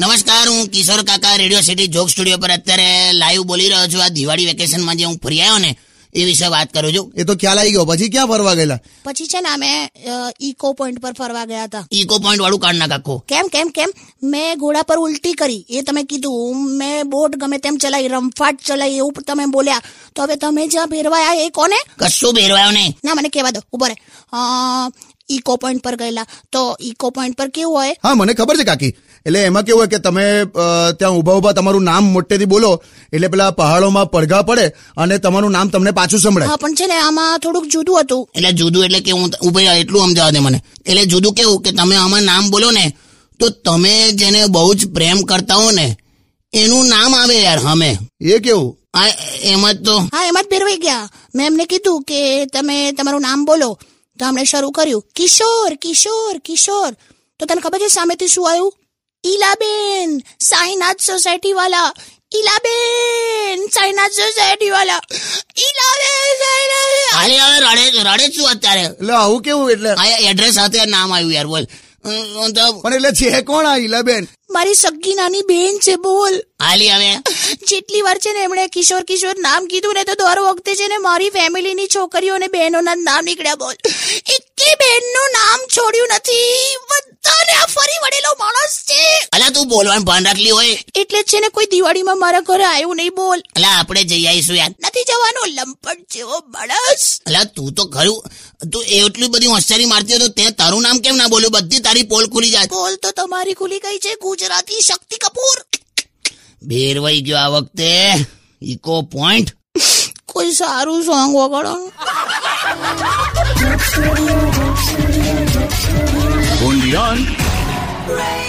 નમસ્કાર હું કિશોર કાકા રેડિયો સિટી જોક સ્ટુડિયો પર અત્યારે લાઈવ બોલી રહ્યો છું આ દિવાળી વેકેશનમાં જે હું ફરી આવ્યો ને એ વિશે વાત કરું છું એ તો ખ્યાલ આવી ગયો પછી ક્યાં ફરવા ગયેલા પછી છે ને અમે અ, ઇકો પોઈન્ટ પર ફરવા ગયા હતા ઇકો પોઈન્ટ વાળું કાર્ડ ના કાકો કેમ કેમ કેમ મેં ઘોડા પર ઉલટી કરી એ તમે કીધું મેં બોટ ગમે તેમ ચલાવી રમફાટ ચલાવી એવું તમે બોલ્યા તો હવે તમે જ્યાં ભેરવાયા એ કોને કશું ભેરવાયો નહીં ના મને કહેવા દો ઉભો રે અ, ઇકો પોઈન્ટ પર ગયેલા તો ઇકો પોઈન્ટ પર કેવું હોય હા મને ખબર છે કાકી એટલે એમાં કેવું હોય કે તમે અ, ત્યાં ઊભા ઊભા તમારું નામ મોટેથી બોલો એટલે પેલા પહાડોમાં પડઘા પડે અને તમારું નામ તમને પાછું સંભળાય હા પણ છે ને આમાં થોડુંક જુદું હતું એટલે જુદું એટલે કે હું ઉભી રહ્યો એટલું સમજાવ દે મને એટલે જુદું કેવું કે તમે આમાં નામ બોલો ને તો તમે જેને બહુ જ પ્રેમ કરતા હો ને એનું નામ આવે યાર હમે એ કેવું આ એમાં જ તો હા એમાં જ ભેરવાઈ ગયા મેં એમને કીધું કે તમે તમારું નામ બોલો તો એમણે શરૂ કર્યું કિશોર કિશોર કિશોર તો તને ખબર છે સામેથી શું આવ્યું ઈલાબેન સાંઈનાથ સોસાયટી વાલા ઈલાબેન સાંઈનાથ સોસાયટી વાલા ઈલાબેન સાંઈનાથ ખાલી હવે રડે રડે જ છું અત્યારે એટલે આવું કેવું એટલે આ એડ્રેસ સાથે આ નામ આવ્યું યાર બોલ અમ, તો પણ એટલે છે કોણ આ ઈલાબેન મારી સગી નાની બેન છે બોલ હાલી હવે જેટલી વાર છે ને એમણે કિશોર કિશોર નામ કીધું ને તો દર વખતે છે ને મારી ફેમિલીની છોકરીઓ અને બહેનોના જ નામ નીકળ્યા બોલ એકે બહેનનું નામ છોડ્યું નથી બધાને આ ફરી વળેલો માણસ છે અલા તું બોલવાનું ભાન રાખલી હોય એટલે જ છે ને કોઈ દિવાળીમાં મારા ઘરે આવ્યું નહીં બોલ અલા આપણે જઈ આવીશું યાર નથી જવાનો લંપટ જેવો માણસ અલા તું તો ખરું તું એટલી બધી હોશિયારી મારતી હતો તે તારું નામ કેમ ના બોલ્યું બધી તારી પોલ ખુલી જાય બોલ તો તમારી ખુલી ગઈ છે ગુજરાતી શક્તિ કપૂર ભેરવાઈ ગયો આ વખતે ઇકો પોઈન્ટ કોઈ સારું સોંગ વગાડો ને. Undian. Radio